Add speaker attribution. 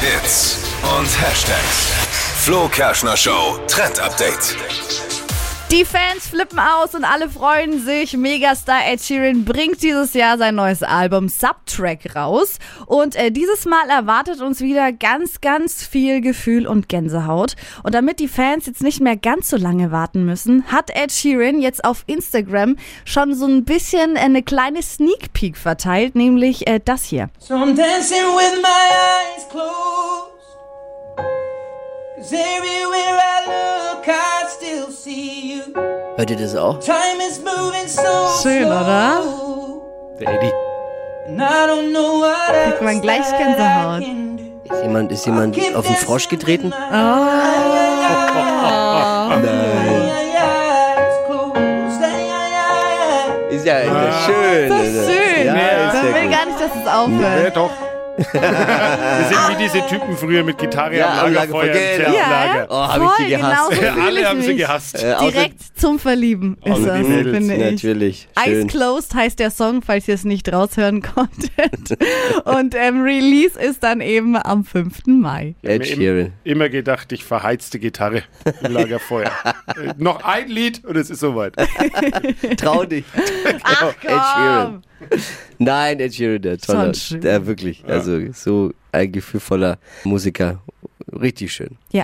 Speaker 1: Hits und Hashtags. Flo Kerschner Show Trend Update.
Speaker 2: Die Fans flippen aus und alle freuen sich. Megastar Ed Sheeran bringt dieses Jahr sein neues Album Subtrack raus. Und äh, dieses Mal erwartet uns wieder ganz, ganz viel Gefühl und Gänsehaut. Und damit die Fans jetzt nicht mehr ganz so lange warten müssen, hat Ed Sheeran jetzt auf Instagram schon so ein bisschen äh, eine kleine Sneak Peek verteilt, nämlich äh, das hier.
Speaker 3: So I'm dancing with my eyes closed. Cause everywhere I look, I still see you.
Speaker 4: Hört ihr das auch?
Speaker 3: Time is moving so
Speaker 2: Schön, oder?
Speaker 3: slow.
Speaker 4: Der Eddie.
Speaker 3: And I don't know what
Speaker 2: Kriegt man
Speaker 3: else
Speaker 2: gleich
Speaker 3: that
Speaker 2: Gänsehaut.
Speaker 3: I can do.
Speaker 4: Ist jemand, ist jemand
Speaker 3: Keep
Speaker 4: auf den
Speaker 3: dancing
Speaker 4: Frosch
Speaker 3: with
Speaker 4: getreten?
Speaker 3: my
Speaker 2: Ah.
Speaker 3: eyes closed. Ay, ay, ay, ay.
Speaker 4: Ist ja schön.
Speaker 2: Ah. Das ist schön.
Speaker 5: Ja,
Speaker 2: ich
Speaker 5: ist
Speaker 4: sehr
Speaker 2: will
Speaker 4: gut.
Speaker 2: gar nicht, dass es aufhört.
Speaker 5: Ja, doch. Wir sind wie diese Typen früher mit Gitarre
Speaker 4: Ja,
Speaker 5: am
Speaker 4: am
Speaker 5: Lagerfeuer
Speaker 4: Lagerfeuer,
Speaker 5: im
Speaker 4: genau.
Speaker 5: Zeltlager.
Speaker 4: Oh, hab ich die gehasst.
Speaker 2: Genau so fühl ich
Speaker 5: Alle haben sie
Speaker 2: mich.
Speaker 5: gehasst.
Speaker 4: Äh, außer-
Speaker 2: Direkt zum Verlieben ist
Speaker 5: außer die
Speaker 2: es,
Speaker 5: Mädels,
Speaker 2: finde ich.
Speaker 4: ne, Natürlich.
Speaker 2: Eyes
Speaker 4: Schön.
Speaker 2: Closed heißt der Song, falls ihr es nicht raushören konntet. Und ähm, Release ist dann eben am 5. Mai.
Speaker 4: Ed
Speaker 5: Mir
Speaker 4: Sheeran.
Speaker 5: im- Immer gedacht, ich verheizte Gitarre im Lagerfeuer. äh, noch ein Lied und es ist soweit.
Speaker 4: Trau dich.
Speaker 2: Ach
Speaker 4: Ed Sheeran. Nein, Ed Sheeran, der toller.
Speaker 2: Sonst schön.
Speaker 4: Der wirklich. Also so ein gefühlvoller Musiker. Richtig schön.
Speaker 2: Ja,